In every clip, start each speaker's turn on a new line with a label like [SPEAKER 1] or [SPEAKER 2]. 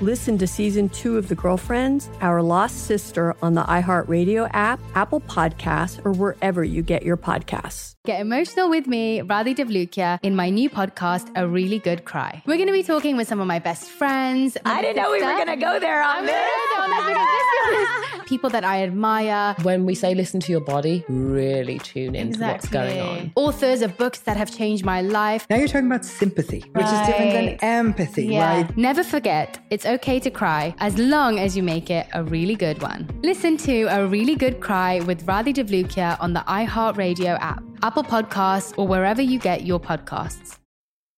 [SPEAKER 1] Listen to season two of The Girlfriends, Our Lost Sister on the iHeartRadio app, Apple Podcasts, or wherever you get your podcasts.
[SPEAKER 2] Get emotional with me, Radhi Devlukia, in my new podcast, A Really Good Cry. We're going to be talking with some of my best friends. my
[SPEAKER 3] I didn't know we were
[SPEAKER 2] sister-
[SPEAKER 3] going to go there on
[SPEAKER 2] I'm
[SPEAKER 3] this.
[SPEAKER 2] gonna go down this because this is people that I admire.
[SPEAKER 4] When we say listen to your body, really tune into what's going on.
[SPEAKER 2] Authors of books that have changed my life.
[SPEAKER 5] Now you're talking about sympathy, which is different than
[SPEAKER 2] Right.
[SPEAKER 5] empathy, right?
[SPEAKER 2] Never forget, it's okay to cry as long as you make it a really good one. Listen to A Really Good Cry with Radhi Devlukia on the iHeartRadio app, Apple Podcasts, or wherever you get your podcasts.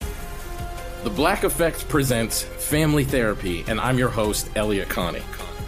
[SPEAKER 6] The Black Effect presents Family Therapy, and I'm your host, Elliot Connie.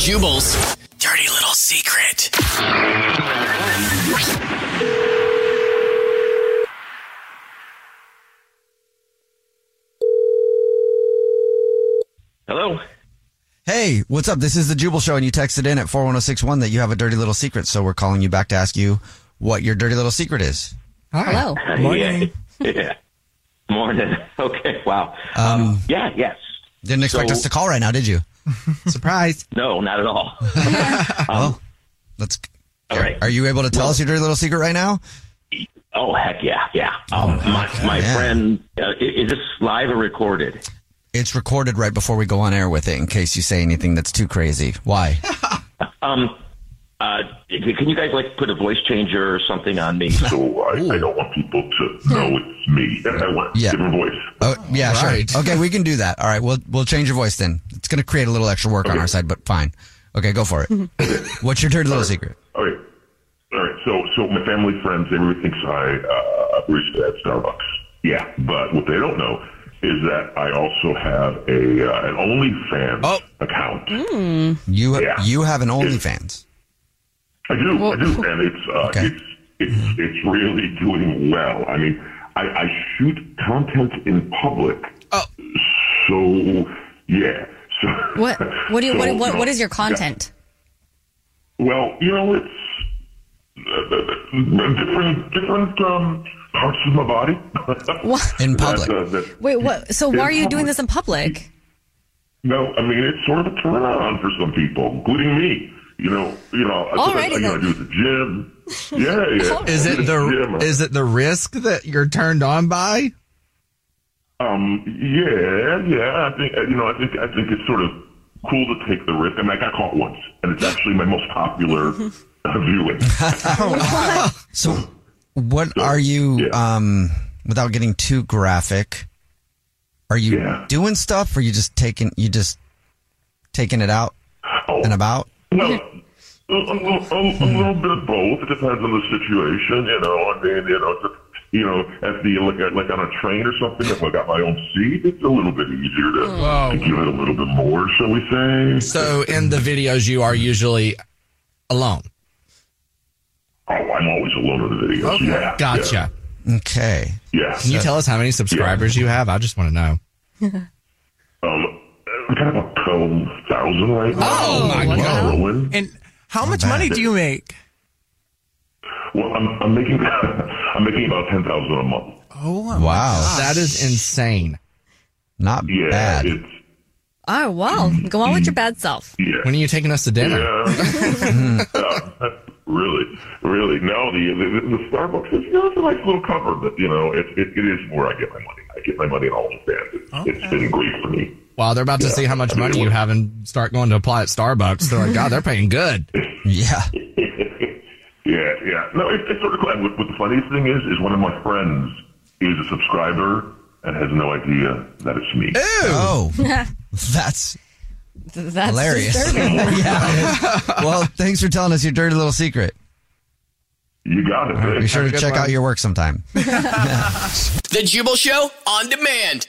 [SPEAKER 7] Jubal's dirty little secret.
[SPEAKER 8] Hello.
[SPEAKER 9] Hey, what's up? This is the Jubal Show, and you texted in at 41061 that you have a dirty little secret. So we're calling you back to ask you what your dirty little secret is.
[SPEAKER 5] Hello. Morning.
[SPEAKER 8] Yeah. yeah. Morning. Okay. Wow.
[SPEAKER 9] Um,
[SPEAKER 8] Yeah. Yes.
[SPEAKER 9] didn't expect
[SPEAKER 8] so-
[SPEAKER 9] us to call right now, did you?
[SPEAKER 5] Surprise.
[SPEAKER 9] Oh,
[SPEAKER 8] No, not at all. Um,
[SPEAKER 9] well, let's.
[SPEAKER 8] All right.
[SPEAKER 9] Are you able to tell us your dirty little secret right now?
[SPEAKER 8] Oh heck yeah, yeah. Um, my my
[SPEAKER 9] yeah.
[SPEAKER 8] friend, uh, i- is this live or recorded?
[SPEAKER 9] It's recorded right before we go on air with it, in case you say anything that's too crazy. Why?
[SPEAKER 8] Um, uh, can you guys like put a voice changer or something on me?
[SPEAKER 10] So I, I don't want people to know it's me. And I want
[SPEAKER 9] Yeah.
[SPEAKER 10] different voice.
[SPEAKER 9] Oh, yeah,
[SPEAKER 5] Right.
[SPEAKER 9] sure. Okay, we can do that. All right, we'll we'll change your voice then. It's going to create a little extra work on our side, but fine. Okay, go for it. What's your dirty little secret?
[SPEAKER 10] All right. All right. So, so my family, friends, everybody thinks I, uh, a barista at Starbucks. Yeah. But what they don't know is that I also have a, uh, an OnlyFans
[SPEAKER 9] Oh.
[SPEAKER 10] account.
[SPEAKER 9] You
[SPEAKER 10] Yeah.
[SPEAKER 9] you have an OnlyFans.
[SPEAKER 10] I do, I do, and it's uh,
[SPEAKER 9] Okay. Mm-hmm.
[SPEAKER 10] it's it's it's really doing well. I mean, I, I shoot content in public.
[SPEAKER 9] Oh.
[SPEAKER 10] So yeah. So
[SPEAKER 3] What what do you,
[SPEAKER 10] so,
[SPEAKER 3] what, what
[SPEAKER 10] know,
[SPEAKER 3] what is your content?
[SPEAKER 10] Well, you know, it's uh, uh, different different um, parts of my body.
[SPEAKER 3] What?
[SPEAKER 9] In public.
[SPEAKER 10] That, uh, that-
[SPEAKER 3] Wait, what so why are you doing
[SPEAKER 10] public.
[SPEAKER 3] this in public?
[SPEAKER 10] No, I mean it's sort of a turn on for some people, including me. You know, you know, I, I,
[SPEAKER 3] Alrighty
[SPEAKER 10] you know, I
[SPEAKER 3] then.
[SPEAKER 10] do the gym. Yeah, yeah.
[SPEAKER 11] Is
[SPEAKER 10] I do
[SPEAKER 11] it the
[SPEAKER 10] gym.
[SPEAKER 11] is it the risk that you're turned on by?
[SPEAKER 10] Um. Yeah. Yeah. I think you know. I think I think it's sort of cool to take the risk. I mean, I got caught once, and it's actually my most popular uh, viewing.
[SPEAKER 9] So, what are you?
[SPEAKER 10] Yeah.
[SPEAKER 9] Um, without getting too graphic, are you
[SPEAKER 10] Yeah.
[SPEAKER 9] doing stuff? Or you just taking you just taking it out
[SPEAKER 10] Oh,
[SPEAKER 9] and about?
[SPEAKER 10] well, a, a, a, a little bit of both. It depends on the situation. You know. I mean, you know. It's a, you know, at the like, uh, like on a train or something. If I got my own seat, it's a little bit easier to, to give it a little bit more, shall we say?
[SPEAKER 11] Oh. So in the videos, you are usually alone.
[SPEAKER 10] Oh, I'm always alone in the videos. Yeah.
[SPEAKER 11] Gotcha.
[SPEAKER 9] Okay.
[SPEAKER 10] Yeah.
[SPEAKER 11] Can you tell us how many subscribers you have? I just want to know.
[SPEAKER 10] Um, I'm kind of a twelve thousand right now.
[SPEAKER 11] Oh, my
[SPEAKER 10] Wow.
[SPEAKER 11] God.
[SPEAKER 10] Rowan.
[SPEAKER 11] And how much money do you make?
[SPEAKER 10] Well, I'm, I'm making I'm making about ten thousand a month.
[SPEAKER 11] Oh,
[SPEAKER 9] Wow,
[SPEAKER 11] that is insane.
[SPEAKER 9] not
[SPEAKER 10] Yeah,
[SPEAKER 9] bad.
[SPEAKER 10] it's
[SPEAKER 3] Oh well, go on with your bad self.
[SPEAKER 10] yeah,
[SPEAKER 11] When are you taking us to dinner?
[SPEAKER 10] yeah. Uh, really, really. No, the, the the Starbucks is you know, it's a nice little cover, but you know, it, it it is where I get my money. I get my money in all the stands. It's been great for me.
[SPEAKER 11] Wow, they're about to
[SPEAKER 10] Yeah.
[SPEAKER 11] see how much money you have and start going to apply at Starbucks. They're like, God, they're paying good.
[SPEAKER 9] Yeah.
[SPEAKER 10] yeah, yeah. no, it, it's sort of cool. And what, what the funniest thing is, is one of my friends is a subscriber and has no idea that it's me.
[SPEAKER 9] Oh, that's
[SPEAKER 3] That's
[SPEAKER 9] hilarious.
[SPEAKER 3] disturbing.
[SPEAKER 9] Yeah. well, thanks for telling us your dirty little secret.
[SPEAKER 10] You got it.
[SPEAKER 9] be sure to
[SPEAKER 7] Have a good
[SPEAKER 9] check
[SPEAKER 7] one.
[SPEAKER 9] out your work sometime.
[SPEAKER 7] The Jubal Show on demand.